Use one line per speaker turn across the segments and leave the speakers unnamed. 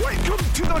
Welcome to the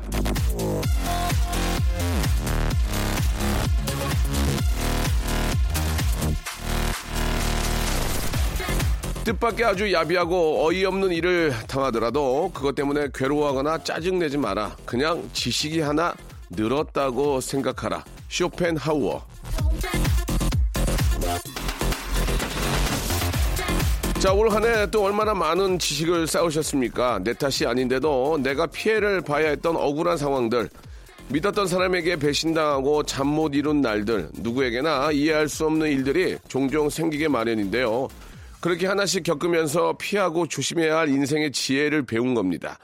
뜻밖의 아주 야비하고 어이없는 일을 당하더라도 그것 때문에 괴로워하거나 짜증내지 마라 그냥 지식이 하나 늘었다고 생각하라 쇼펜하우어 자, 올 한 해 또 얼마나 많은 지식을 쌓으셨습니까? 내 탓이 아닌데도 내가 피해를 봐야 했던 억울한 상황들, 믿었던 사람에게 배신당하고 잠 못 이룬 날들, 누구에게나 이해할 수 없는 일들이 종종 생기게 마련인데요. 그렇게 하나씩 겪으면서 피하고 조심해야 할 인생의 지혜를 배운 겁니다.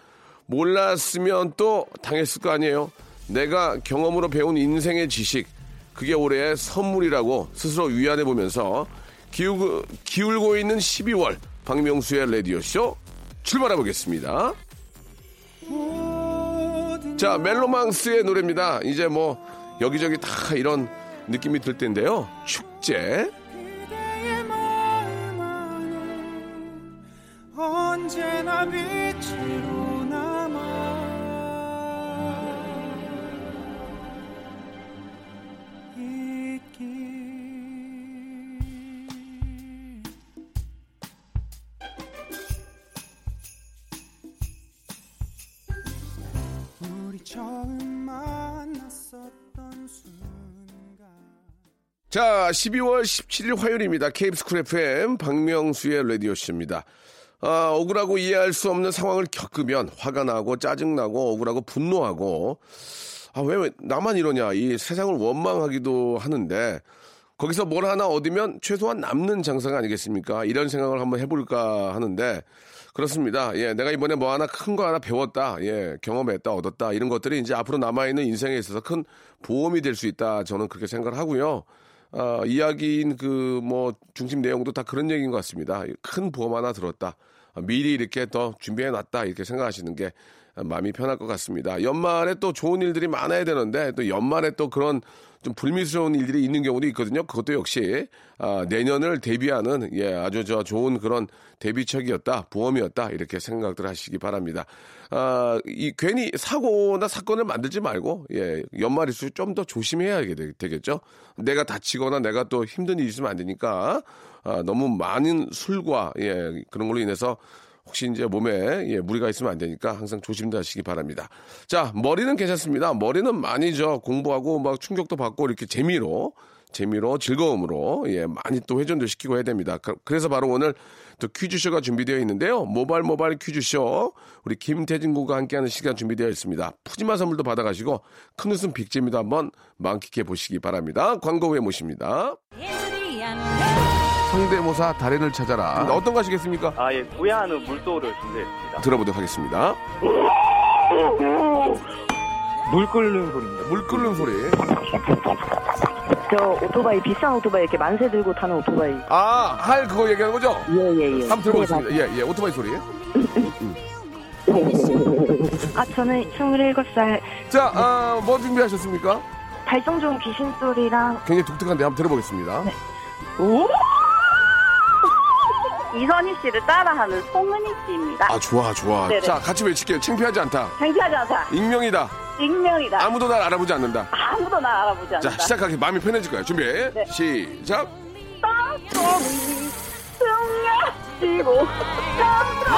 몰랐으면 또 당했을 거 아니에요? 내가 경험으로 배운 인생의 지식, 그게 올해의 선물이라고 스스로 위안해 보면서 기울고, 기울고 있는 12월 박명수의 라디오쇼 출발해 보겠습니다. 자, 멜로망스의 노래입니다. 이제 뭐 여기저기 다 이런 느낌이 들 텐데요. 축제.
그대의 마음은 언제나 빛으로 남아 있길 우리 처음 만났었던 순간
자, 12월 17일 화요일입니다. KBS 쿨 FM 박명수의 라디오쇼입니다. 아, 억울하고 이해할 수 없는 상황을 겪으면 화가 나고 짜증나고 억울하고 분노하고 아, 왜, 왜 나만 이러냐. 이 세상을 원망하기도 하는데 거기서 뭘 하나 얻으면 최소한 남는 장사가 아니겠습니까? 이런 생각을 한번 해볼까 하는데 그렇습니다. 예, 내가 이번에 뭐 하나 큰 거 하나 배웠다. 예, 경험했다, 얻었다. 이런 것들이 이제 앞으로 남아있는 인생에 있어서 큰 보험이 될 수 있다. 저는 그렇게 생각을 하고요. 아, 이야기인 그 뭐 중심 내용도 다 그런 얘기인 것 같습니다. 큰 보험 하나 들었다. 아, 미리 이렇게 더 준비해 놨다 이렇게 생각하시는 게 마음이 편할 것 같습니다. 연말에 또 좋은 일들이 많아야 되는데 또 연말에 또 그런 좀 불미스러운 일들이 있는 경우도 있거든요. 그것도 역시 아, 내년을 대비하는 예 아주 저 좋은 그런 대비책이었다 보험이었다 이렇게 생각들 하시기 바랍니다. 아, 이 괜히 사고나 사건을 만들지 말고 예 연말일수록 좀 더 조심해야 되- 되겠죠. 내가 다치거나 내가 또 힘든 일이 있으면 안 되니까 아, 너무 많은 술과 예 그런 걸로 인해서 혹시 이제 몸에 예, 무리가 있으면 안 되니까 항상 조심하시기 바랍니다. 자, 머리는 괜찮습니다. 머리는 많이 저 공부하고 막 충격도 받고 이렇게 재미로 재미로 즐거움으로 예, 많이 또 회전도 시키고 해야 됩니다. 그- 그래서 바로 오늘 또 퀴즈쇼가 준비되어 있는데요. 모발 모발 퀴즈쇼 우리 김태진 군과 함께하는 시간 준비되어 있습니다. 푸짐한 선물도 받아가시고 큰 웃음 빅재미도 한번 만끽해 보시기 바랍니다. 광고 후에 모십니다. 성대모사 달인을 찾아라. 음, 어떤 거 하시겠습니까?
아, 예, 구야하는 물소를
아.
준비했습니다.
들어보도록 하겠습니다. 물 끓는 소리입니다. 물 끓는 소리.
저 오토바이 비싼 오토바이 이렇게 만세 들고 타는 오토바이
아, 할 그거 얘기하는 거죠?
예예예
한번 들어보겠습니다. 예, 예, 오토바이 소리.
아 저는 27살
자, 아, 뭐 준비하셨습니까?
발성 좋은 귀신 소리랑
굉장히 독특한데 한번 들어보겠습니다.
네.
오
이선희 씨를 따라하는 송은희 씨입니다.
아, 좋아, 좋아.
네네.
자, 같이 외칠게요. 창피하지 않다.
창피하지 않다.
익명이다.
익명이다.
아무도 날 알아보지 않는다.
아무도 나 알아보지 않는다. 네.
자, 시작하기 마음이 편해질 거야. 준비. 시작.
땅콩이 승려지고 땅콩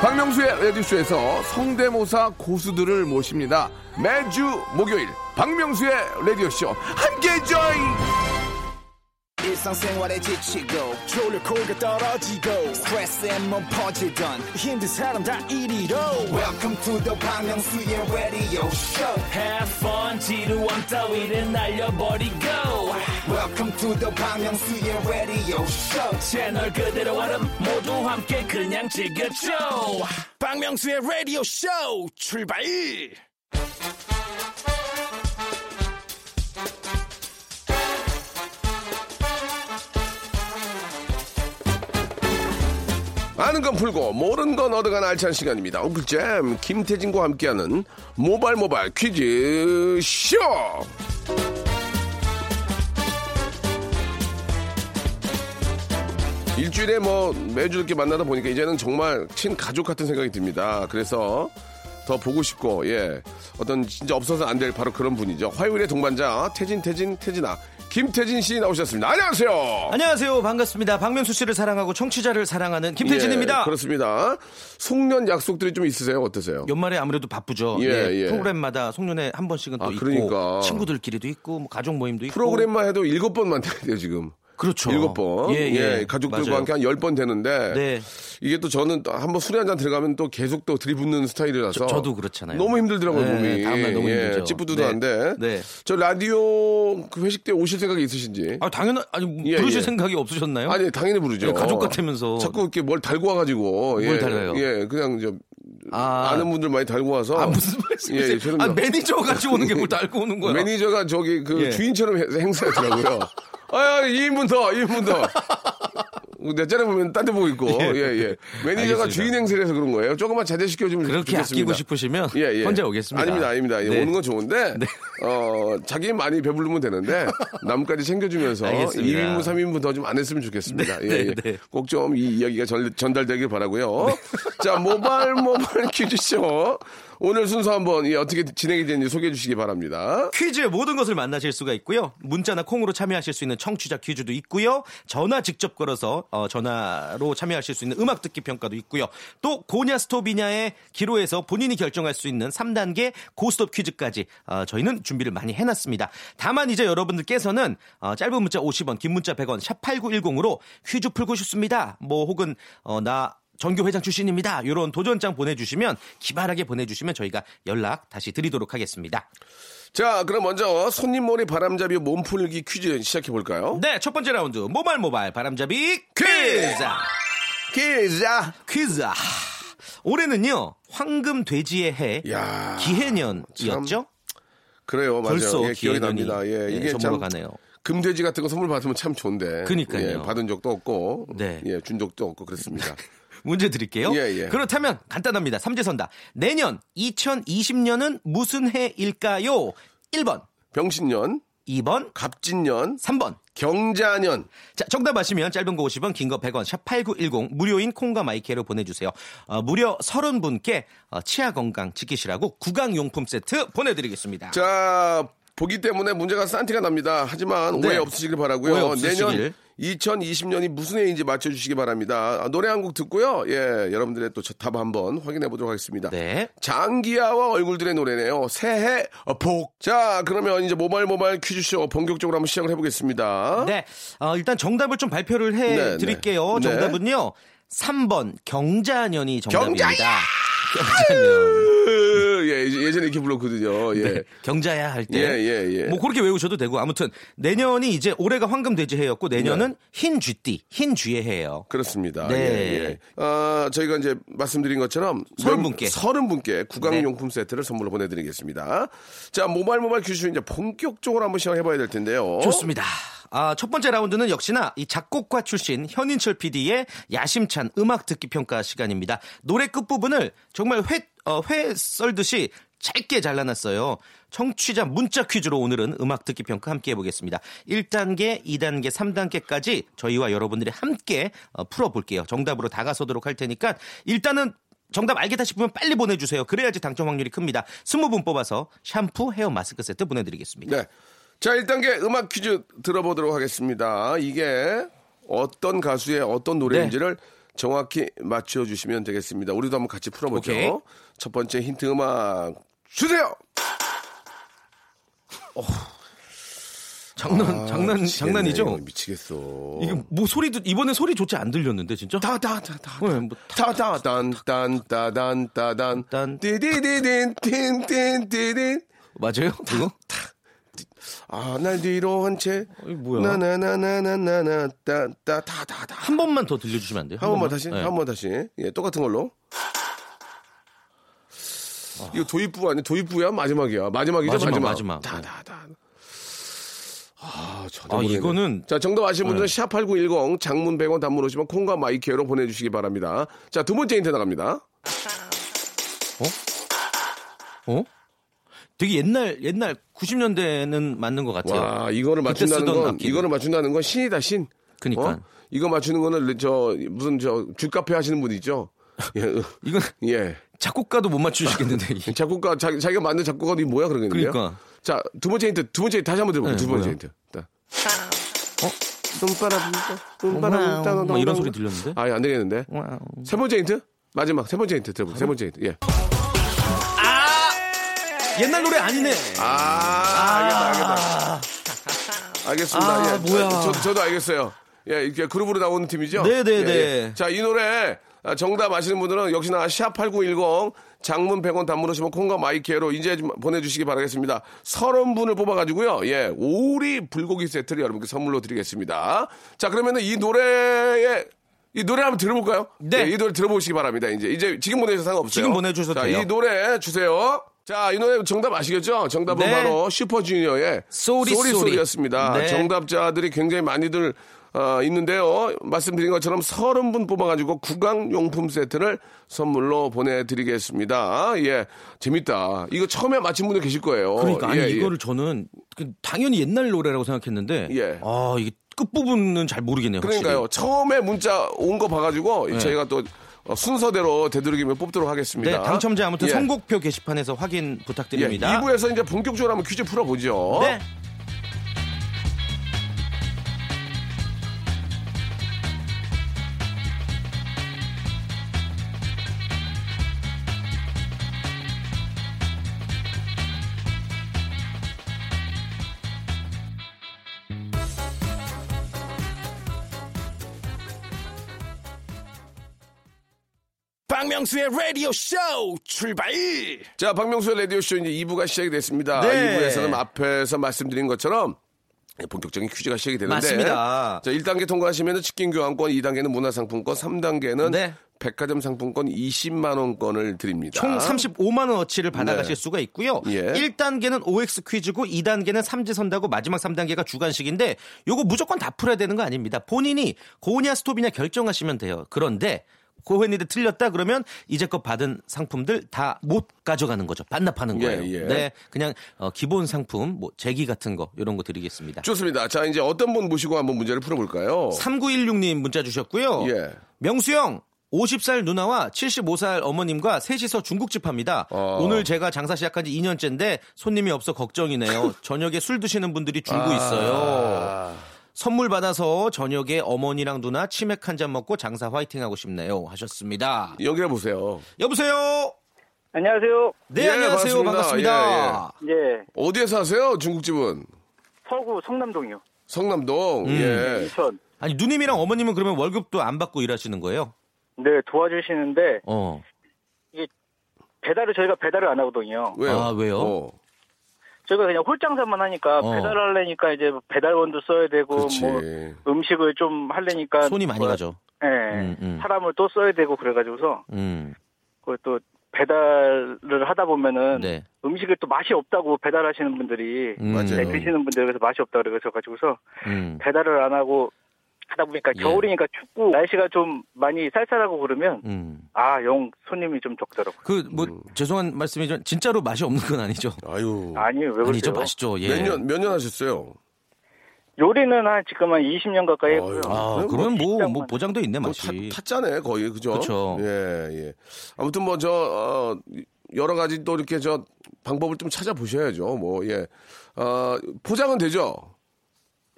박명수의 라디오쇼에서 성대모사 고수들을 모십니다. 매주 목요일 박명수의 라디오쇼 함께 join!
일상생활에 지치고, 졸려 코가 떨어지고, 스트레스에 몸 퍼지던, 힘든 사람 다 이리로. welcome to the Bang Myung-soo's radio show
Have fun 지루함 따위를 날려버리고
welcome to the Bang Myung-soo's radio show
채널 그대로 얼음 모두 함께 그냥 즐겨줘 박명수의 라디오 쇼 출발
아는 건 풀고 모르는 건 얻어가는 알찬 시간입니다. 엉클잼 김태진과 함께하는 모발 모발 퀴즈 쇼. 일주일에 뭐 매주 이렇게 만나다 보니까 이제는 정말 친 가족 같은 생각이 듭니다. 그래서 더 보고 싶고 예 어떤 진짜 없어서 안 될 바로 그런 분이죠. 화요일의 동반자 태진 태진 태진아 김태진 씨 나오셨습니다. 안녕하세요.
안녕하세요. 반갑습니다. 박명수 씨를 사랑하고 청취자를 사랑하는 김태진입니다.
예, 그렇습니다. 송년 약속들이 좀 있으세요? 어떠세요?
연말에 아무래도 바쁘죠.
예,
예,
예.
프로그램마다 송년회 한 번씩은 또
아,
있고
그러니까.
친구들끼리도 있고 뭐 가족 모임도 있고
프로그램만 해도 일곱 번 만나야 돼요, 지금.
그렇죠.
일곱 번.
예, 예.
가족들과
맞아요.
함께 한 열 번 되는데.
네.
이게 또 저는 또 한번 술에 한 잔 들어가면 또 계속 또 들이붓는 스타일이라서.
저- 저도 그렇잖아요.
너무 힘들더라고요,
네,
몸이. 예,
다음날 너무 힘들죠.
찌뿌두두한데.
네, 네.
저 라디오 그 회식 때 오실 생각이 있으신지.
아 당연한 아니
예,
부르실
예.
생각이 없으셨나요?
아니, 당연히 부르죠.
예, 가족 같으면서.
자꾸 이렇게 뭘 달고 와가지고. 뭘 예,
달아요?
예, 그냥 저
아.
아는 분들 많이 달고 와서.
아, 무슨
예, 예,
말씀이세요?
죄송합니다.
아 매니저 같이 오는 게 뭘 알고 오는 거야?
어, 매니저가 저기 그
예.
주인처럼 해- 행사했더라고요. 아야 2인분 더, 2인분 더. 뭐 내 자리 보면 딴 데 보고 있고. 예, 예. 매니저가
알겠습니다.
주인 행세를 해서 그런 거예요. 조금만 자제시켜주면
그렇게
좋겠습니다.
아끼고 싶으시면
예, 예.
혼자 오겠습니다.
아닙니다, 아닙니다. 예,
네.
오는 건 좋은데, 어, 자기 많이 배부르면 되는데, 남까지 챙겨주면서
알겠습니다.
2인분, 3인분 더 좀 안 했으면 좋겠습니다.
네,
예,
네,
예.
네.
꼭 좀 이 이야기가 전, 전달되길 바라고요 자, 모발, 모발 퀴즈쇼. 오늘 순서 한번 예, 어떻게 진행이 되는지 소개해 주시기 바랍니다.
퀴즈의 모든 것을 만나실 수가 있고요. 문자나 콩으로 참여하실 수 있는 청취자 퀴즈도 있고요. 전화 직접 걸어서 어, 전화로 참여하실 수 있는 음악 듣기 평가도 있고요. 또 고냐 스톱이냐의 기로에서 본인이 결정할 수 있는 3단계 고스톱 퀴즈까지 어, 저희는 준비를 많이 해놨습니다. 다만 이제 여러분들께서는 어, 짧은 문자 50원, 긴 문자 100원, 샵 8910으로 퀴즈 풀고 싶습니다. 뭐 혹은 어, 나 전교 회장 출신입니다. 이런 도전장 보내주시면 기발하게 보내주시면 저희가 연락 다시 드리도록 하겠습니다.
자, 그럼 먼저 손님몰이 바람잡이 몸풀기 퀴즈 시작해 볼까요?
네, 첫 번째 라운드 모발 모발 바람잡이 퀴즈.
퀴즈!
퀴즈. 아, 올해는요 황금 돼지의 해
야,
기해년이었죠.
그래요, 맞아요.
벌써
예, 기억이
기해년이
납니다. 예,
예,
이게
저물어
참
가네요.
금돼지 같은 거 선물 받으면 참 좋은데.
그니까요.
예, 받은 적도 없고,
네.
예, 준 적도 없고 그랬습니다.
문제 드릴게요.
예, 예.
그렇다면 간단합니다. 삼재선다. 내년 2020년은 무슨 해일까요? 1번,
병신년,
2번,
갑진년,
3번.
경자년.
자, 정답 아시면 짧은 거 50원, 긴 거 100원, 샵 8910, 무료인 콩과 마이케로 보내주세요. 어, 무려 30분께 어, 치아 건강 지키시라고 구강용품 세트 보내드리겠습니다.
자, 보기 때문에 문제가 산티가 납니다. 하지만
네.
오해 없으시길 바라고요.
오해 없으시길.
내년 2020년이 무슨 해인지 맞춰주시기 바랍니다. 아, 노래 한 곡 듣고요. 예, 여러분들의 또 답 한번 확인해 보도록 하겠습니다.
네.
장기하와 얼굴들의 노래네요. 새해 어, 복. 자, 그러면 이제 모발 모발 퀴즈쇼 본격적으로 한번 시작을 해보겠습니다.
네. 어, 일단 정답을 좀 발표를
네,
해
네.
드릴게요.
네.
정답은요. 3번 경자년이 정답입니다.
경자야!
경자년.
으, 예, 이제 예전에 이렇게 불렀거든요. 예.
네, 경자야 할 때.
예, 예, 예.
뭐 그렇게 외우셔도 되고 아무튼 내년이 이제 올해가 황금 돼지 해였고 내년은
네.
흰 쥐띠, 흰 쥐의 해예요.
그렇습니다.
네.
예, 예. 아, 저희가 이제 말씀드린 것처럼
서른
명-
분께. 네.
서른 분께 구강용품 세트를 선물로 보내드리겠습니다. 자, 모발 모발 퀴즈 이제 본격적으로 한번 시작해봐야 될 텐데요.
좋습니다. 아, 첫 번째 라운드는 역시나 이 작곡가 출신 현인철 PD의 야심찬 음악 듣기 평가 시간입니다. 노래 끝부분을 정말 회, 어, 회 썰듯이 짧게 잘라놨어요. 청취자 문자 퀴즈로 오늘은 음악 듣기 평가 함께 해보겠습니다. 1단계, 2단계, 3단계까지 저희와 여러분들이 함께 어, 풀어볼게요. 정답으로 다가서도록 할 테니까 일단은 정답 알겠다 싶으면 빨리 보내주세요. 그래야지 당첨 확률이 큽니다. 20분 뽑아서 샴푸, 헤어 마스크 세트 보내드리겠습니다.
네. 자, 1단계 음악 퀴즈 들어보도록 하겠습니다. 이게 어떤 가수의 어떤
네.
노래인지를 정확히 맞춰주시면 되겠습니다. 우리도 한번 같이 풀어보죠.
오케이.
첫 번째 힌트 음악 주세요!
장난
아,
장난 장난이죠.
미치겠어.
이게 뭐 소리도 이번에 소리 조차 안 들렸는데 진짜.
다, 다, 다, 다.
네, 뭐
타타단단따단따단
딴.
띠디디딘 틴틴디딘
맞아요? 그거?
아날 뒤로 한채
어, 이거 뭐야?
나나나나나나나 따따다다다
한 번만 더 들려주시면 안 돼요?
한 번만 다시
네.
한 번 다시 예 똑같은 걸로 이거 도입부 아니 도입부야 마지막이야 마지막이죠
마지막,
마지막
마지막.
다다다 아, 전혀
아,
모르겠네.
이거는- 네.
자, 정답 아시는 분들은 샵8910 장문 100원 단문 오시면 콩과 마이크로 보내 주시기 바랍니다. 자, 두 번째 힌트 나갑니다.
어? 되게 옛날 옛날 90년대는 맞는 것 같아요.
와, 이거를
그때
맞춘다는
쓰던
건
악기.
이거를 맞춘다는 건 신이다, 신.
그니까.
어? 이거 맞추는 거는 저 무슨 저 줄카페 하시는 분 있죠? 예.
이건
예.
작곡가도 못 맞추시겠는데. 이게.
작곡가 자기, 자기가 만든 작곡가도 이게 뭐야 그러겠네요.
그러니까.
자, 두 번째 힌트. 두 번째 힌트 다시 한번 들어 볼게요.
네,
두 번째
뭐야?
힌트. 자. 어? 눈바람 눈바람
와우. 뭐 이런 소리 들렸는데?
아예 안 되겠는데
와우.
세 번째 힌트 마지막 세 번째 힌트 들어보세요
아,
세
뭐?
번째 힌트 예.
옛날 노래 아니네.
아, 알겠다, 알겠다. 알겠습니다.
아,
예.
뭐야.
저, 저, 저도 알겠어요. 예, 이렇게 그룹으로 나오는 팀이죠?
네, 네,
예,
네.
예. 자, 이 노래 아, 정답 아시는 분들은 역시나 샵8910 장문 100원 단문 오시면 콩과 마이키에로 이제 좀 보내주시기 바라겠습니다. 30분을 뽑아가지고요. 예, 오리 불고기 세트를 여러분께 선물로 드리겠습니다. 자, 그러면은 이 노래에 이 노래 한번 들어볼까요?
네.
예, 이 노래 들어보시기 바랍니다. 이제 이제 지금 보내주셔도 상관없어요.
지금 보내주셔도
자,
돼요.
이 노래 주세요. 자, 이 노래 정답 아시겠죠? 정답은
네.
바로 슈퍼주니어의
쏘리, 쏘리.
쏘리쏘리였습니다.
네.
정답자들이 굉장히 많이들 어, 있는데요. 말씀드린 것처럼 30분 뽑아가지고 구강용품 세트를 선물로 보내드리겠습니다. 예, 재밌다. 이거 처음에 맞힌 분들 계실 거예요.
그러니까 아니
예, 예.
이거를 저는 그- 당연히 옛날 노래라고 생각했는데
예.
아 이게 끝 부분은 잘 모르겠네요. 확실히.
그러니까요. 처음에 문자 온 거 봐가지고 저희가 또 어, 순서대로 되도록이면 뽑도록 하겠습니다.
네 당첨자 아무튼
예.
선곡표 게시판에서 확인
예,
부탁드립니다.
2부에서 이제 본격적으로 한번 퀴즈 풀어보죠.
네.
박명수의 라디오 쇼 출발
자, 박명수의 라디오쇼 이제 2부가 시작이 됐습니다.
네.
2부에서는 앞에서 말씀드린 것처럼 본격적인 퀴즈가 시작이 되는데
맞습니다.
자, 1단계 통과하시면 치킨 교환권, 2단계는 문화상품권, 3단계는
네.
백화점 상품권 20만 원권을 드립니다.
총 35만 원어치를 받아가실
아. 네.
수가 있고요.
예.
1단계는 OX 퀴즈고 2단계는 삼지선다고 마지막 3단계가 주간식인데 요거 무조건 다 풀어야 되는 거 아닙니다. 본인이 고냐 스톱이냐 결정하시면 돼요. 그런데 고현이들 틀렸다 그러면 이제껏 받은 상품들 다 못 가져가는 거죠. 반납하는 거예요.
예, 예.
네, 그냥 어, 기본 상품 뭐 제기 같은 거 이런 거 드리겠습니다.
좋습니다. 자, 이제 어떤 분 모시고 한번 문제를 풀어볼까요?
3916님 문자 주셨고요.
예.
명수형 50살 누나와 75살 어머님과 셋이서 중국집 합니다.
어.
오늘 제가 장사 시작한 지 2년째인데 손님이 없어 걱정이네요. 저녁에 술 드시는 분들이 줄고
아.
있어요. 선물 받아서 저녁에 어머니랑 누나 치맥 한 잔 먹고 장사 화이팅 하고 싶네요. 하셨습니다.
연결해 보세요.
여보세요?
안녕하세요.
네,
예,
안녕하세요.
반갑습니다.
반갑습니다.
예,
어디에서 하세요? 중국집은
서구 성남동이요.
음.
성남동.
네.
예.
인천.
아니, 누님이랑 어머님은 그러면 월급도 안 받고 일하시는 거예요?
네, 도와주시는데
어.
배달을 저희가 배달을 안 하거든요.
왜요?
아, 왜요?
어.
저희가 그냥 홀장사만 하니까
어.
배달하려니까 이제 배달원도 써야 되고
그렇지.
뭐 음식을 좀 하려니까
손이 많이
뭐,
가죠.
예,
음, 음.
사람을 또 써야 되고 그래가지고서
음.
그걸 또 배달을 하다 보면은
네.
음식을 또 맛이 없다고 배달하시는 분들이
음.
맞아요.
네, 드시는 분들 그래서 맛이 없다 그래서 가지고서
음.
배달을 안 하고 하다 보니까
예.
겨울이니까 춥고 날씨가 좀 많이 쌀쌀하고 그러면
음.
아 영 손님이 좀 적더라고요.
그 뭐
음.
죄송한 말씀이지만 진짜로 맛이 없는 건 아니죠.
아유.
아니 왜
아니죠
그러세요?
맛있죠. 예.
몇 년, 몇 년 하셨어요?
요리는 한 지금 한 20년 가까이
어휴.
했고요.
아
뭐
그러면 뭐 뭐
진짜 맛-
보장도 있네
뭐
맛이.
타, 탔잖아요, 거의. 그죠?
그쵸.
예, 예. 아무튼 뭐, 저, 어, 여러 가지 또 이렇게 저 방법을 좀 찾아보셔야죠. 뭐, 예. 어, 포장은 되죠?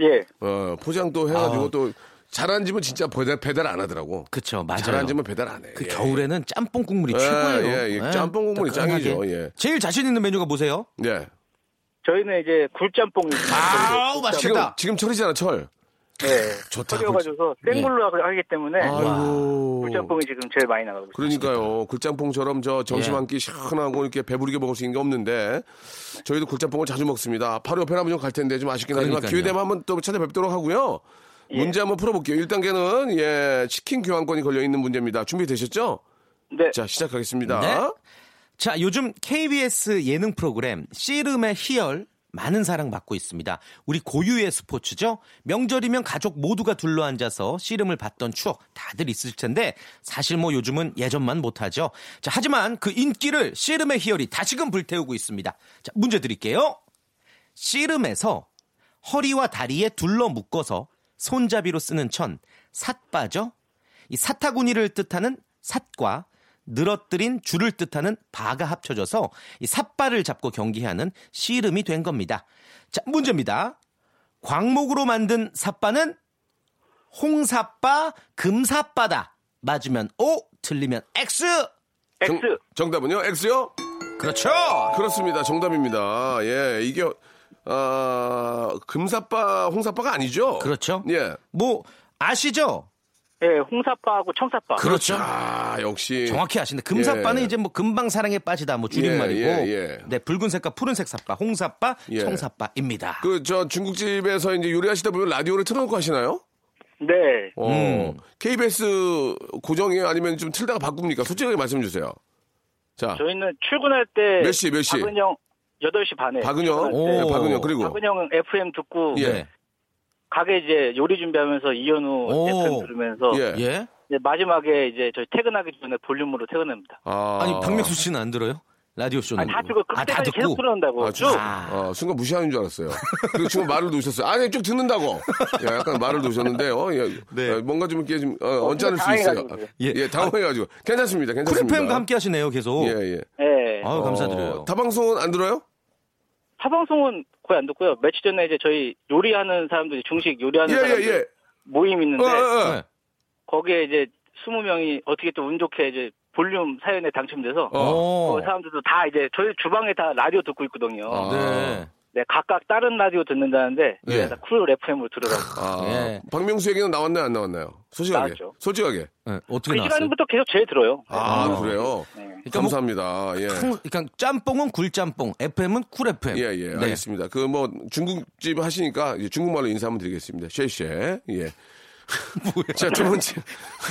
예.
어, 포장 또 해가지고
아.
또 잘한 집은 진짜 배달, 배달 안 하더라고.
그쵸 맞아요.
잘한 집은 배달 안 해.
그
예.
겨울에는 짬뽕 국물이
예,
최고예요.
예, 예. 짬뽕 국물이
따끈하게.
짱이죠, 예.
제일 자신 있는 메뉴가 뭐세요?
예.
저희는 이제 굴짬뽕이
아우
지금,
맛있겠다.
지금 철이잖아, 철.
예.
좋다,
끓여가지고 생굴로 하기 때문에
아이고.
굴짬뽕이 지금 제일 많이 나가고 있어요.
그러니까요. 굴짬뽕처럼 저 점심
예.
한 끼 시원하고 이렇게 배부르게 먹을 수 있는 게 없는데 저희도 굴짬뽕을 자주 먹습니다. 바로 옆에 한번 좀 갈 텐데 좀 아쉽긴 하지만
그러니까요.
기회 되면 한번 또 찾아뵙도록 하고요.
예.
문제 한번 풀어볼게요. 1단계는 예 치킨 교환권이 걸려 있는 문제입니다. 준비되셨죠?
네.
자 시작하겠습니다.
네. 자 요즘 KBS 예능 프로그램 씨름의 희열 많은 사랑 받고 있습니다. 우리 고유의 스포츠죠. 명절이면 가족 모두가 둘러앉아서 씨름을 봤던 추억 다들 있을 텐데 사실 뭐 요즘은 예전만 못하죠. 자, 하지만 그 인기를 씨름의 희열이 다시금 불태우고 있습니다. 자, 문제 드릴게요. 씨름에서 허리와 다리에 둘러 묶어서 손잡이로 쓰는 천, 삿바죠? 이 사타구니를 뜻하는 삿과 늘어뜨린 줄을 뜻하는 바가 합쳐져서 이 삿바를 잡고 경기하는 씨름이 된 겁니다. 자, 문제입니다. 광목으로 만든 삿바는 홍삿바, 금삿바다. 맞으면 O, 틀리면 X.
X.
정, 답은요 X요?
그렇죠.
그렇습니다. 정답입니다. 예, 이게 아 금사빠, 홍사빠가 아니죠?
그렇죠.
예.
뭐 아시죠?
예, 홍사빠하고 청사빠.
그렇죠.
아 역시
정확히 아시는데 금사빠는
예.
이제 뭐 금방 사랑에 빠지다 뭐 줄임말이고
예, 예, 예.
네 붉은색과 푸른색 사빠 홍사빠
예.
청사빠입니다.
그 저 중국집에서 이제 요리하시다 보면 라디오를 틀어놓고 하시나요?
네.
어,
음.
KBS 고정이에요? 아니면 좀 틀다가 바꿉니까? 솔직하게 말씀 주세요. 자,
저희는 출근할 때.
몇 시, 몇 시?
박은영, 8시 반에.
박은영,
출근할 때
예, 박은영 그리고
네. 박은영은 FM 듣고.
예.
네.
가게 이제 요리 준비하면서 이현우
오.
FM 들으면서.
예,
예.
이제 마지막에 이제 저희 퇴근하기 전에 볼륨으로 퇴근합니다.
아,
아니 박명수 씨는 안 들어요? 라디오 쇼는
아니, 다 듣고
아, 다
끝까지 계속
듣고
틀어온다고.
아,
쭉.
저, 어, 순간 무시하는 줄 알았어요. 그리고 지금 말을 놓으셨어요. 아니, 쭉 듣는다고. 예, 약간 말을 놓으셨는데, 어, 예,
네.
어, 뭔가 좀 이렇게 좀, 어, 언짢을 수 있어요.
당황해가지고.
예,
예.
당황해가지고. 괜찮습니다. 괜찮습니다.
쿨팸과 함께 하시네요 계속.
예, 예.
예.
아유 감사드려요.
어, 타방송은 안 들어요?
타방송은 거의 안 듣고요. 며칠 전에 이제 저희 요리하는 사람들이 중식 요리하는
예,
사람들
예, 예.
모임
어,
있는데
어, 어.
네.
거기에 이제 20명이 어떻게 또 운 좋게 이제 볼륨 사연에 당첨돼서
어.
그 사람들도 다 이제 저희 주방에 다 라디오 듣고 있거든요.
아.
네.
네, 각각 다른 라디오 듣는다는데
예.
다 쿨 FM으로 들으라고.
아,
예.
박명수 얘기는 나왔나요, 안 나왔나요? 솔직하게.
나왔죠.
솔직하게.
네,
그
어떻게 나왔어요?
시간부터 계속 제일 들어요.
아,
아.
그래요?
네.
그러니까 뭐
감사합니다. 예.
탕- 그러니까 짬뽕은 굴짬뽕, FM은 쿨 FM. 네.
예, 예, 알겠습니다. 그 뭐 중국집 하시니까 이제 중국말로 인사 한번 드리겠습니다. 쉐쉐. 예.
뭐야.
자, 두 번째.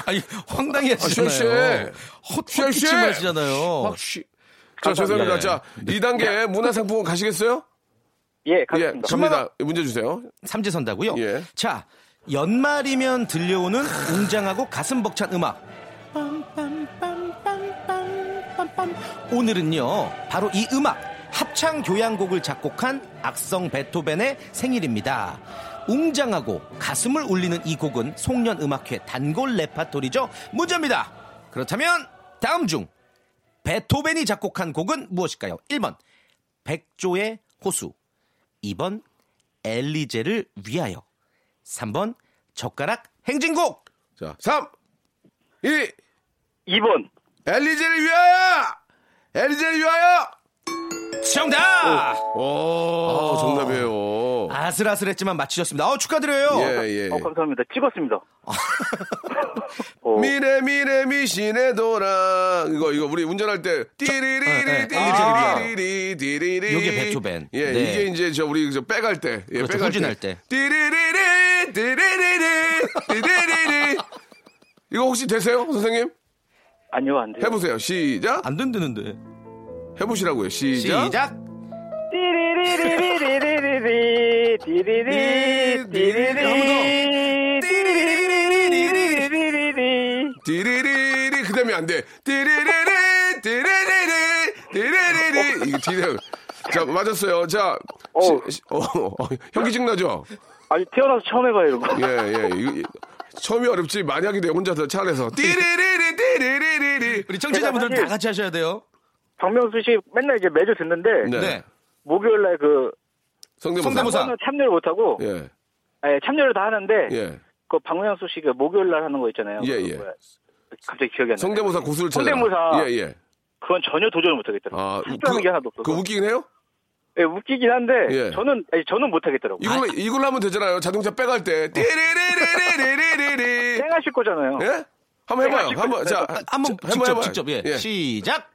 아니 황당해
쉐쉐.
하시잖아요. 헛헛기침
쉐쉐.
하시잖아요.
확 쉬. 자, 죄송합니다.
네.
자, 2단계 문화상품권 가시겠어요?
예,
예,
감사합니다.
갑니다. 문제 주세요.
삼지선다고요?
예.
자, 연말이면 들려오는 웅장하고 가슴 벅찬 음악. 오늘은요, 바로 이 음악, 합창 교향곡을 작곡한 악성 베토벤의 생일입니다. 웅장하고 가슴을 울리는 이 곡은 송년 음악회 단골 레파토리죠. 문제입니다. 그렇다면 다음 중 베토벤이 작곡한 곡은 무엇일까요? 1번 백조의 호수 2번 엘리제를 위하여 3번 젓가락 행진곡
자, 3 2
2번.
엘리제를 위하여! 엘리제를 위하여!
정답 아.
오, 정답이에요.
아슬아슬했지만 맞히셨습니다 어, 축하드려요
예, 예.
어, 감사합니다. 찍었습니다.
어.
미래 미래 미신에 돌아 이거 이거 우리 운전할 때
네,
띠리리리
네. 아.
띠리리리 띠리리
요게 베토벤.
예
네.
이게 이제 저 우리 저 빼갈 때 예,
그렇죠,
빼갈
후진할 때.
띠리리리 띠리리리 띠리리리 이거 혹시 되세요 선생님
아니요, 안 돼요.
해보세요 시작
안 된다는데
해보시라고요 시작
시작
띠리리리리리리리리 띠리리 띠리리 띠리리리리리리리
띠리리리 그다음에 안돼 띠리리리 띠리리리 띠리리리 이거 띠리 자 맞았어요 자
어우.
시- 시- 어, 어, 현기증 나죠
아니 태어나서 처음 해봐요 이런 거
예, 예. 이거, 이- 처음이 어렵지 많이 하게 돼 혼자서 차 안에서 띠리리리 띠리리리리
우리 청취자분들
아,
다 같이 하셔야 돼요
박명수 씨 맨날 이제 매주 듣는데
네.
네
목요일 날그
성대모사.
성대모사.
는 참여를 못 하고
예.
아니, 참여를 다 하는데
예.
그 박명수 씨가 목요일 날 하는 거 있잖아요
예,
그
예.
뭐야. 갑자기 기억이 안 나.
성대모사 고수를 찾아.
성대모사.
예, 예.
그건 전혀 도전을 못 하겠더라고요.
아,
할줄 아는 게 하나도 없어서.
그 웃기긴 해요?
예, 웃기긴 한데
예.
저는 아니, 저는 못 하겠더라고요.
이걸로 이걸로 하면 되잖아요. 자동차 빼갈 때 띠리리리리리리리.
땡하실 거잖아요.
어.
예? 한번 해봐요. 한번 자
아, 한번
자,
직접 직접 예. 시작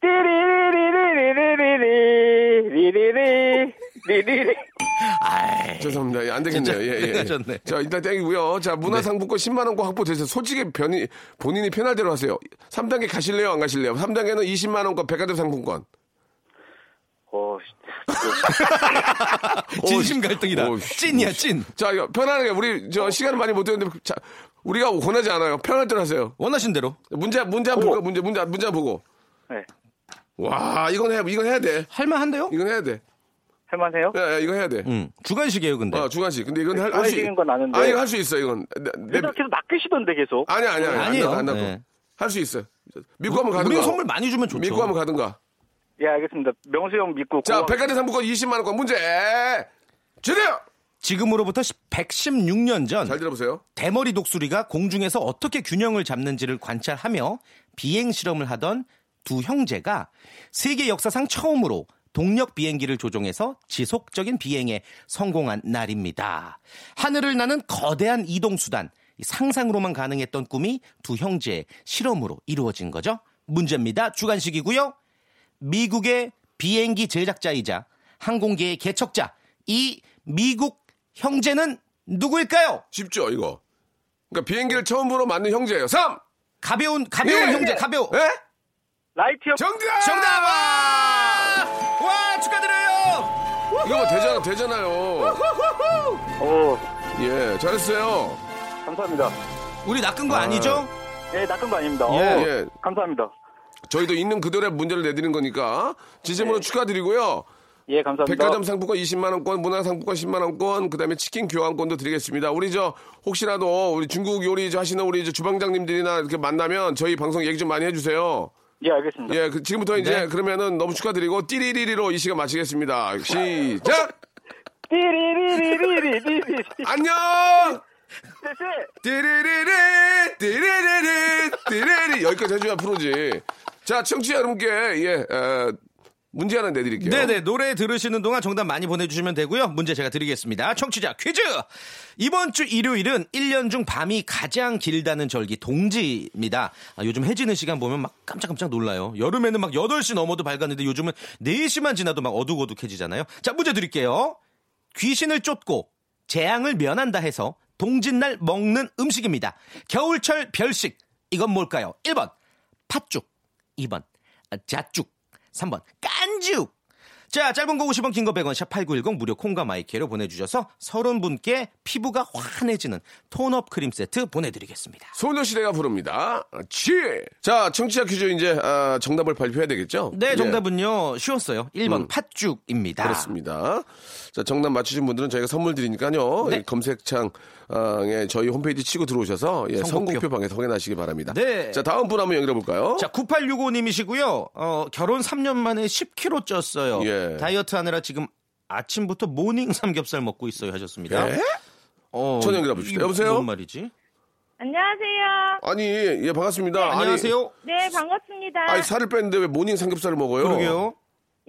띠리리리리리리리리리리 리리리
아이
죄송합니다. 예, 안 되겠네요.
진짜
예, 예.
늦어졌네. 네.
자, 일단 땡이고요. 자, 문화상품권 10만 원권 확보되세요. 솔직히 변이, 본인이 편할 대로 하세요. 3단계 가실래요? 안 가실래요? 3단계는 20만 원권 백화점 상품권.
어,
진심 갈등이다.
오, 씨.
찐이야 찐.
자, 이거 편안하게 우리
어.
저 시간을 많이 못 드는데 자, 우리가 원하지 않아요. 편할 대로 하세요.
원하신 대로.
문제 문제
어.
한번 볼까? 문제 문제 문제 한번 보고.
네.
와, 이건 해 이건 해야 돼.
할만한데요?
이건 해야 돼.
할만해요?
야, 야, 이건 해야 돼.
음. 주간식이에요, 근데.
아, 주관 씨. 근데 이건 할수
꼬이지는 네, 건 아는데.
아, 이거 할 수 있어. 이건. 네, 내- 내-
계속 계속 낚으시던데 계속.
아니 아니 아니.
아니에요.
안 나고.
네.
할수 있어. 믿고 한번 가든가.
우리가 선물 많이 주면 좋죠.
믿고 한번 가든가.
예, 알겠습니다. 명수 형 믿고.
자,
고마워-
백화점 상품권 20만 원권 문제. 주세요.
지금으로부터 116년 전
잘 들어보세요.
대머리 독수리가 공중에서 어떻게 균형을 잡는지를 관찰하며 비행 실험을 하던 두 형제가 세계 역사상 처음으로 동력 비행기를 조종해서 지속적인 비행에 성공한 날입니다. 하늘을 나는 거대한 이동 수단, 이 상상으로만 가능했던 꿈이 두 형제의 실험으로 이루어진 거죠. 문제입니다. 주간식이고요. 미국의 비행기 제작자이자 항공기의 개척자 이 미국 형제는 누구일까요?
쉽죠, 이거. 그러니까 비행기를 처음으로 만든 형제예요. 3.
가벼운 가벼운
예!
형제 가벼운
예?
라이트 형.
정답!
정답 와! 와 축하드려요
이거 뭐 되잖아, 되잖아요.
오,
예, 잘했어요.
어, 감사합니다.
우리 낚은 거 아니죠?
예, 낚은 거 아닙니다.
예.
오,
예.
감사합니다.
저희도 있는 그대로의 문제를 내드리는 거니까 진심으로 축하드리고요.
예, 감사합니다.
백화점 상품권 20만 원권, 문화 상품권 10만 원권, 그다음에 치킨 교환권도 드리겠습니다. 우리 저 혹시라도 우리 중국 요리 저 하시는 우리 저 주방장님들이나 이렇게 만나면 저희 방송 얘기 좀 많이 해주세요.
예, 알겠습니다.
예, 그 지금부터 이제
네.
그러면은 너무 축하드리고 띠리리리로 이 시간 마치겠습니다. 시작.
띠리리리리리리리리.
안녕.
씨,
띠리리리 띠리리리 띠리리 여기까지 해줘야 프로지. 자, 청취자 여러분께 예 에, 문제 하나 내드릴게요.
네네 노래 들으시는 동안 정답 많이 보내주시면 되고요 문제 제가 드리겠습니다 청취자 퀴즈 이번 주 일요일은 1년 중 밤이 가장 길다는 절기 동지입니다 아, 요즘 해지는 시간 보면 막 깜짝깜짝 놀라요 여름에는 막 8시 넘어도 밝았는데 요즘은 4시만 지나도 막 어둑어둑해지잖아요 자 문제 드릴게요 귀신을 쫓고 재앙을 면한다 해서 동짓날 먹는 음식입니다. 겨울철 별식. 이건 뭘까요? 1번 팥죽, 2번 잣죽, 3번 깐죽. 자, 짧은 거 50원, 긴 거 100원, 샵8910 무료 콩과 마이크로 보내주셔서 30분께 피부가 환해지는 톤업 크림 세트 보내드리겠습니다.
소녀시대가 부릅니다. 치. 자, 청취자 퀴즈 이제 아, 정답을 발표해야 되겠죠?
네,
예, 음.
정답은요. 쉬웠어요. 1번 팥죽입니다.
그렇습니다. 자, 정답 맞추신 분들은 저희가 선물 드리니까요.
네.
이 검색창에 저희 홈페이지 치고 들어오셔서 예,
선곡표.
선곡표 방에서 확인하시기 바랍니다.
네.
자, 다음 분 한번 연결해 볼까요?
자, 9865님이시고요. 어, 결혼 3년 만에 10kg 쪘어요.
예.
다이어트 하느라 지금 아침부터 모닝 삼겹살 먹고 있어요 하셨습니다.
예?
어,
전화 연결해 봅시다.
이게
여보세요?
뭔 말이지?
안녕하세요.
아니, 예, 반갑습니다. 어. 아니,
안녕하세요.
네, 반갑습니다.
아니, 살을 뺐는데 왜 모닝 삼겹살을 먹어요?
그러게요.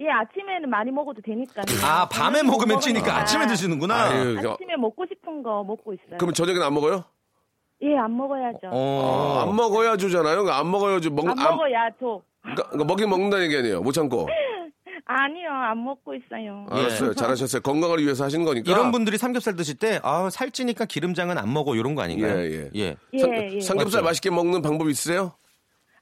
예, 아침에는 많이 먹어도 되니까요.
아, 밤에 먹으면 찌니까
먹으니까.
아침에 드시는구나.
어. 아유, 이거-
아침에 먹고 싶은 거 먹고 있어요.
그러니까 그럼 저녁에는 안 먹어요? 아,
예, 안 먹어야죠.
어.
안 먹어야죠잖아요. 그러니까 안 먹어야죠. 먹,
안 먹어야죠.
그러니까- 그러니까 먹긴 먹는다는 얘기 아니에요. 못 참고.
아니요, 안 먹고 있어요.
알았어요. 잘하셨어요. 건강을 위해서 하신 거니까.
네. 이런 분들이 삼겹살 드실 때, 아, 살찌니까 기름장은 안 먹어. 이런 거 아닌가요?
예, 예.
예,
삼-
예.
삼겹살
맞죠?
맛있게 먹는 방법 있으세요?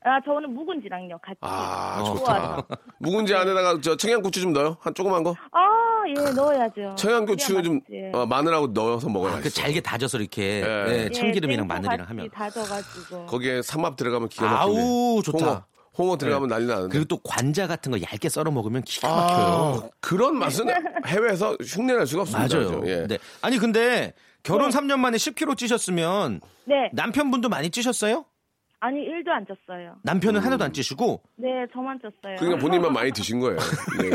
아, 저는 묵은지랑요, 같이.
아,
어. 좋아요.
좋다. 묵은지 안에다가 저 청양고추 좀 넣어요. 한 조그만 거.
아, 예, 넣어야죠.
청양고추
그래야
좀
맛있지.
어, 마늘하고 넣어서 먹어야
그
맛있어.
잘게 다져서 이렇게
예.
예,
예,
참기름이랑
생초
마늘이랑
같이
하면.
다져가지고.
거기에 삼합 들어가면 기가 막히네.
아우, 좋다.
홍어, 홍어 들어가면 난리 나는데.
그리고 또 관자 같은 거 얇게 썰어 먹으면 기가 막혀요.
아, 그런 맛은 해외에서 흉내낼 수가 없습니다.
맞아요.
그죠? 예.
네. 아니 근데 결혼 3년 만에 10kg 찌셨으면
네,
남편분도 많이 찌셨어요?
아니, 일도안 쪘어요.
음.
남편은 하나도 안 찌시고
네, 저만 쪘어요.
그러니까 본인만 많이 드신 거예요. 네.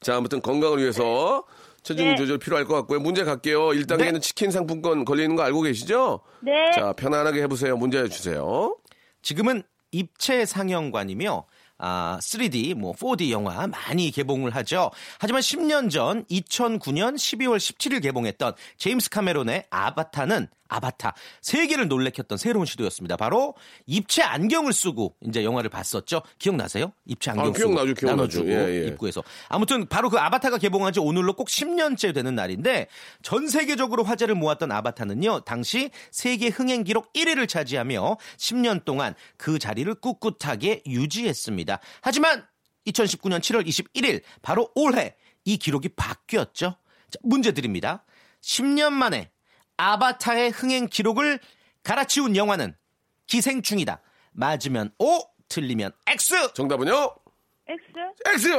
자, 아무튼 건강을 위해서 체중
네.
조절 필요할 것 같고요. 문제 갈게요. 1단계는 치킨 상품권 걸리는 거 알고 계시죠?
네,
자, 편안하게 해보세요. 문제 주세요.
지금은 입체 상영관이며 아, 3D, 뭐 4D 영화 많이 개봉을 하죠. 하지만 10년 전 2009년 12월 17일 개봉했던 제임스 카메론의 아바타는 아바타 세계를 놀래켰던 새로운 시도였습니다. 바로 입체 안경을 쓰고 이제 영화를 봤었죠. 기억나세요? 입체 안경 쓰고
아, 기억나죠, 기억나죠.
나눠주고
예, 예.
입구에서 아무튼 바로 그 아바타가 개봉한 지 오늘로 꼭 10년째 되는 날인데 전 세계적으로 화제를 모았던 아바타는요 당시 세계 흥행 기록 1위를 차지하며 10년 동안 그 자리를 꿋꿋하게 유지했습니다. 하지만 2019년 7월 21일 바로 올해 이 기록이 바뀌었죠. 자, 문제 드립니다. 10년 만에 아바타의 흥행 기록을 갈아치운 영화는 기생충이다. 맞으면 O, 틀리면 X.
정답은요?
X?
X!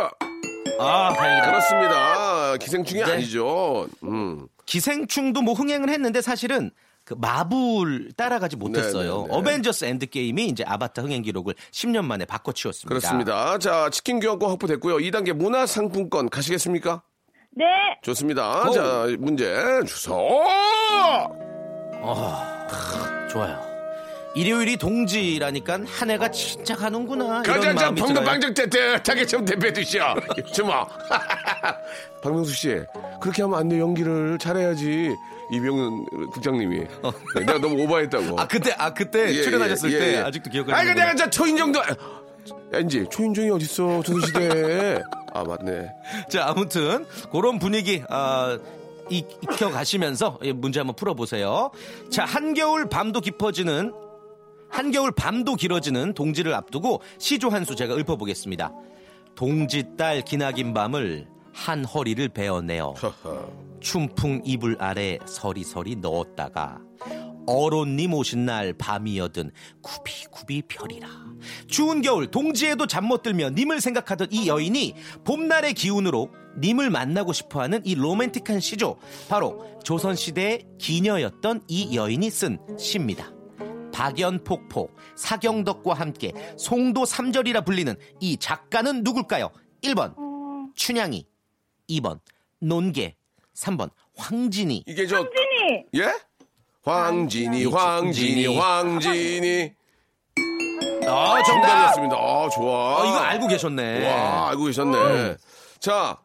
아, 다행이다.
그렇습니다. 기생충이
네.
아니죠. 음.
기생충도 뭐 흥행을 했는데 사실은 그 마블 따라가지 못했어요.
네, 네, 네.
어벤져스 엔드 게임이 이제 아바타 흥행 기록을 10년 만에 바꿔치웠습니다.
그렇습니다. 자, 치킨 교환권 확보됐고요. 2단계 문화상품권 가시겠습니까?
네.
좋습니다.
오. 음,
자, 문제 주소!
좋아요. 일요일이 동지라니까 한 해가 진짜 가는구나. 이런
가장자
마음이
방금
들어요.
방정 따뜻하게 좀 대표해주시오. 주마. 박명수 씨, 그렇게 하면 안 돼. 연기를 잘해야지. 이병은 국장님이. 네, 내가 너무 오바했다고.
어. 아 그때 아 그때
예,
출연하셨을
예, 예,
때
예.
아직도 기억하시는
아니, 내가 저 초인종도. 왠지 초인종이 어딨어. 조선시대에. 아, 맞네.
자, 아무튼 그런 분위기 아 익- 익혀가시면서 예, 문제 한번 풀어보세요. 자, 한겨울 밤도 깊어지는 한겨울 밤도 길어지는 동지를 앞두고 시조 한 수 제가 읊어보겠습니다. 동지 딸 기나긴 밤을 한 허리를 베어내어 춘풍 이불 아래 서리서리 넣었다가 어론님 오신 날 밤이어든 구비구비 별이라 추운 겨울 동지에도 잠 못 들며 님을 생각하던 이 여인이 봄날의 기운으로 님을 만나고 싶어하는 이 로맨틱한 시죠 바로 조선시대의 기녀였던 이 여인이 쓴 시입니다 박연폭포, 사경덕과 함께 송도 삼절이라 불리는 이 작가는 누굴까요? 1번 춘향이, 2번 논계, 3번 황진이.
이게 저.
진이
예? 황진이, 황진이, 황진이.
아,
정답이었습니다. 아, 좋아.
이거 알고 계셨네.
와, 알고 계셨네. 자,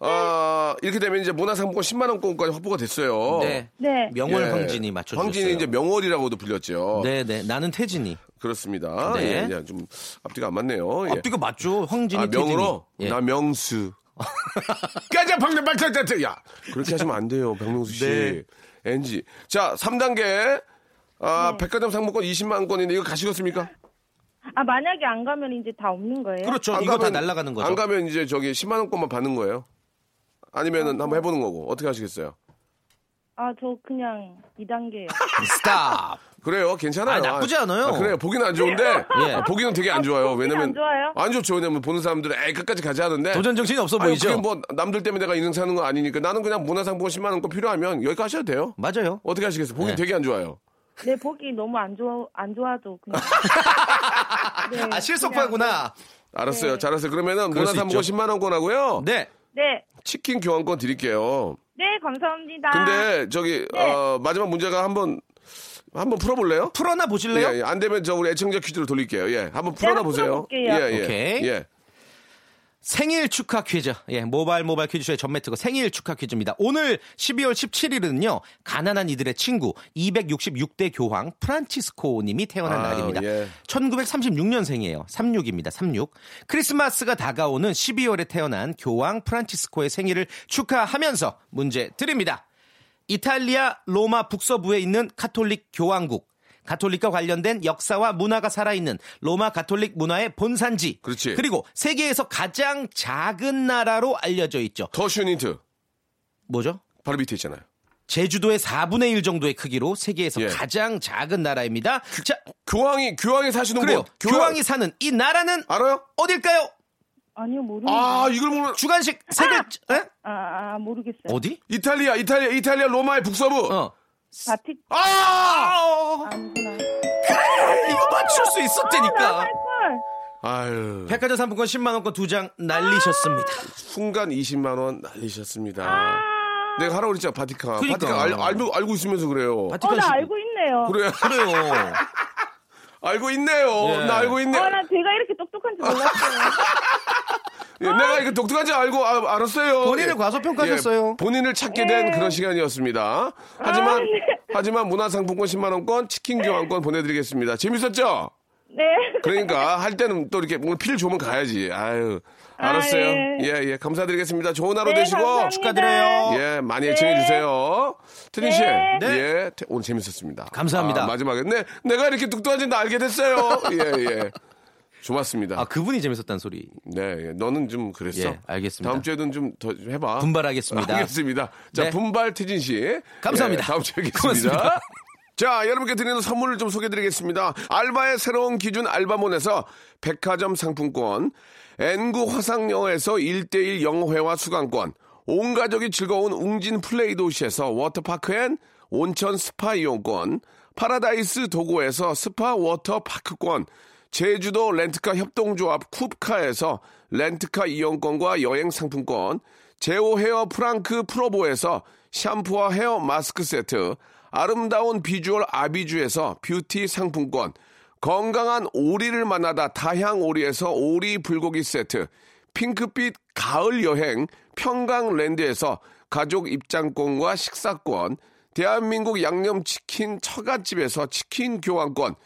아, 이렇게 되면 이제 문화상품권 10만원권까지 확보가 됐어요.
네.
네.
명월
예.
황진이 맞춰주셨어요.
황진이 이제 뭐. 명월이라고도 불렸죠.
네, 네. 나는 태진이.
그렇습니다. 예,
네.
예, 좀 앞뒤가 안 맞네요. 예.
앞뒤가 맞죠? 아, 황진이
아, 명으로?
태진이. 예.
나 명수. 까자, 방금 발차차 야! 그렇게 하시면 안 돼요, 박명수 씨.
네.
NG. 자, 3단계.
네.
아, 백화점 상품권 20만원권인데 이거 가시겠습니까?
아, 만약에 안 가면 이제 다 없는 거예요?
그렇죠.
안
이거
가면-
다 날아가는 거죠.
안 가면 이제 저기 10만 원권만 받는 거예요. 아니면은 한번 해보는 거고 어떻게 하시겠어요?
아, 저 그냥 2단계요.
스탑.
그래요, 괜찮아요.
아, 나쁘지 않아요.
아, 그래요, 보기는 안 좋은데
예.
아, 보기는 되게 안 좋아요. 왜냐면
안 좋아요?
안 좋죠. 왜냐면 보는 사람들은 에이 끝까지 가지 하는데
도전 정신이 없어
예. 아니,
보이죠?
그게 뭐 남들 때문에 내가 인생 사는 거 아니니까 나는 그냥 문화상품권 10만 원권 필요하면 여기까지 하셔도 돼요.
맞아요.
어떻게 하시겠어요? 보기
네.
되게 안 좋아요.
내 보기 너무 안 좋아, 안 좋아도 그냥. 네,
아, 실속파구나.
알았어요. 잘했어요. 그러면은
그럴 수
문화상품권
있죠.
10만 원권 하고요.
네.
네.
치킨 교환권 드릴게요.
네, 감사합니다.
근데 저기
네.
어, 마지막 문제가 한번 한번 풀어볼래요?
풀어나 보실래요?
예, 예. 안 되면 저 우리 애청자 퀴즈로 돌릴게요. 예, 한번 풀어나
한번
보세요.
풀어볼게요.
예, 예.
오케이.
예.
생일 축하 퀴즈. 예, 모바일 모바일 퀴즈쇼의 전매특허 생일 축하 퀴즈입니다. 오늘 12월 17일은요, 가난한 이들의 친구 266대 교황 프란치스코님이 태어난
아,
날입니다.
예.
1936년생이에요. 36입니다. 36. 크리스마스가 다가오는 12월에 태어난 교황 프란치스코의 생일을 축하하면서 문제 드립니다. 이탈리아 로마 북서부에 있는 카톨릭 교황국. 가톨릭과 관련된 역사와 문화가 살아있는 로마 가톨릭 문화의 본산지.
그렇지.
그리고 세계에서 가장 작은 나라로 알려져 있죠.
더 슈니트
뭐죠?
바로 밑에 있잖아요.
제주도의 4분의 1 정도의 크기로 세계에서
예.
가장 작은 나라입니다. 자,
교황이 교황이 사시는
그래요.
곳. 교황-
그 뭐, 교황... 이 사는 이 나라는
알아요?
어딜까요?
아니요, 모르겠어요.
아 이걸 모르.
주간식 세 글자. 에?
아, 아, 모르겠어요.
어디?
이탈리아, 이탈리아, 이탈리아 로마의 북서부.
어.
바티,
아!
아니구나. 아,
이거 맞출 수 있었다니까.
헐!
아유,
백화점 상품권 10만 원권 두 장 날리셨습니다.
어,
순간 20만 원 날리셨습니다. 내가 하라고 그랬잖아, 바티카.
아! 그러니까.
바티카 알, 알고, 알고 있으면서 그래요.
바티칸
어, 나
시-
알고 있네요.
그래,
그래요.
알고 있네요.
예.
나 알고 있네.
어, 나 제가 이렇게 똑똑한지 몰랐어요.
예, 내가 이거 독특한지 알고 아, 알았어요. 예,
본인을 과소평가하셨어요. 예.
본인을 찾게 된 그런 시간이었습니다. 하지만
아, 네.
하지만 문화상품권 10만 원권, 치킨 교환권 보내드리겠습니다. 재밌었죠?
네.
그러니까 할 때는 또 이렇게 오늘 피를 주면 가야지. 아유, 알았어요.
아,
예, 예, 감사드리겠습니다. 좋은 하루
네,
되시고
감사합니다.
축하드려요.
예, 많이 애청해 주세요. 트린 씨,
네.
예, 태- 오늘 재밌었습니다.
감사합니다.
아, 마지막에 네, 내가 이렇게 뚝뚝한지 나 알게 됐어요. 예, 예. 좋았습니다.
아 그분이 재밌었다는 소리.
네, 예. 너는 좀 그랬어.
예, 알겠습니다.
다음 주에는 좀 더 해봐.
분발하겠습니다.
알겠습니다. 자,
네.
분발 태진 씨.
감사합니다.
예, 다음 주에 뵙겠습니다.
고맙습니다.
자, 여러분께 드리는 선물을 좀 소개드리겠습니다. 알바의 새로운 기준 알바몬에서 백화점 상품권, N구 화상영어에서 1대1 영어회화 수강권, 온 가족이 즐거운 웅진 플레이 도시에서 워터파크 앤 온천 스파 이용권, 파라다이스 도고에서 스파 워터파크권, 제주도 렌트카 협동조합 쿱카에서 렌트카 이용권과 여행 상품권, 제오 헤어 프랑크 프로보에서 샴푸와 헤어 마스크 세트, 아름다운 비주얼 아비주에서 뷰티 상품권, 건강한 오리를 만나다 다향 오리에서 오리 불고기 세트, 핑크빛 가을 여행 평강랜드에서 가족 입장권과 식사권, 대한민국 양념치킨 처갓집에서 치킨 교환권,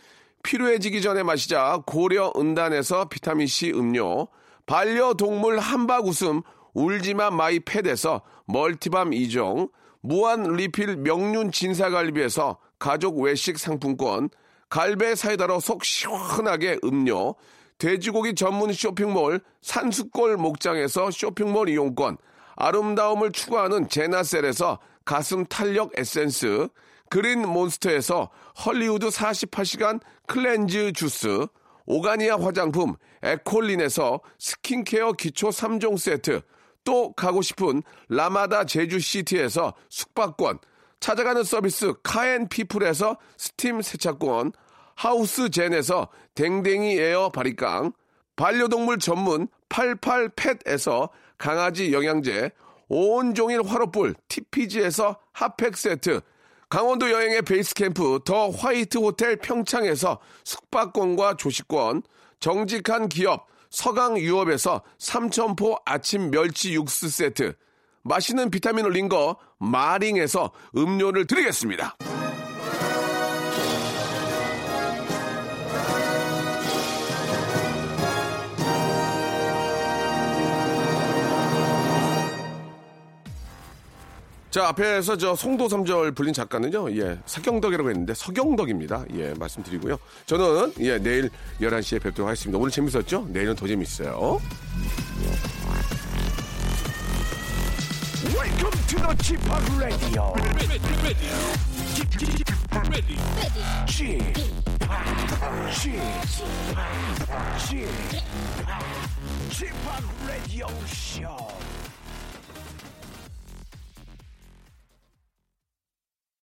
필요해지기 전에 마시자 고려 은단에서 비타민C 음료, 반려동물 한박 웃음 울지마 마이 팻에서 멀티밤 2종, 무한 리필 명륜 진사갈비에서 가족 외식 상품권, 갈배 사이다로 속 시원하게 음료, 돼지고기 전문 쇼핑몰 산수골 목장에서 쇼핑몰 이용권, 아름다움을 추구하는 제나셀에서 가슴 탄력 에센스, 그린 몬스터에서 헐리우드 48시간 클렌즈 주스, 오가니아 화장품 에콜린에서 스킨케어 기초 3종 세트, 또 가고 싶은 라마다 제주시티에서 숙박권, 찾아가는 서비스 카앤피플에서 스팀 세차권, 하우스젠에서 댕댕이 에어 바리깡, 반려동물 전문 88팻에서 강아지 영양제, 온종일 화로불 TPG에서 핫팩 세트, 강원도 여행의 베이스캠프 더 화이트 호텔 평창에서 숙박권과 조식권, 정직한 기업 서강유업에서 삼천포 아침 멸치 육수 세트, 맛있는 비타민 올린 거 마링에서 음료를 드리겠습니다. 자, 앞에서 저 송도삼절 불린 작가는요, 예, 석경덕이라고 했는데, 석경덕입니다. 예, 말씀드리고요. 저는, 예, 내일 11시에 뵙도록 하겠습니다. 오늘 재밌었죠? 내일은 더 재밌어요.
Welcome to the Chip Radio.
ready, ready, ready, ready.
Chip, Chip, Chip, Chip Radio Show.